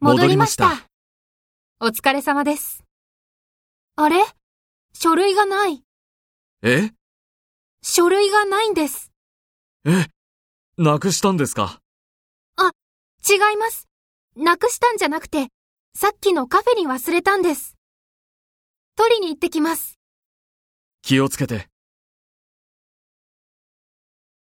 戻りました戻りまお疲れ様です。あれ書類がない。え書類がないんです。えなくしたんですか違います。なくしたんじゃなくて、さっきのカフェに忘れたんです。取りに行ってきます。気をつけて。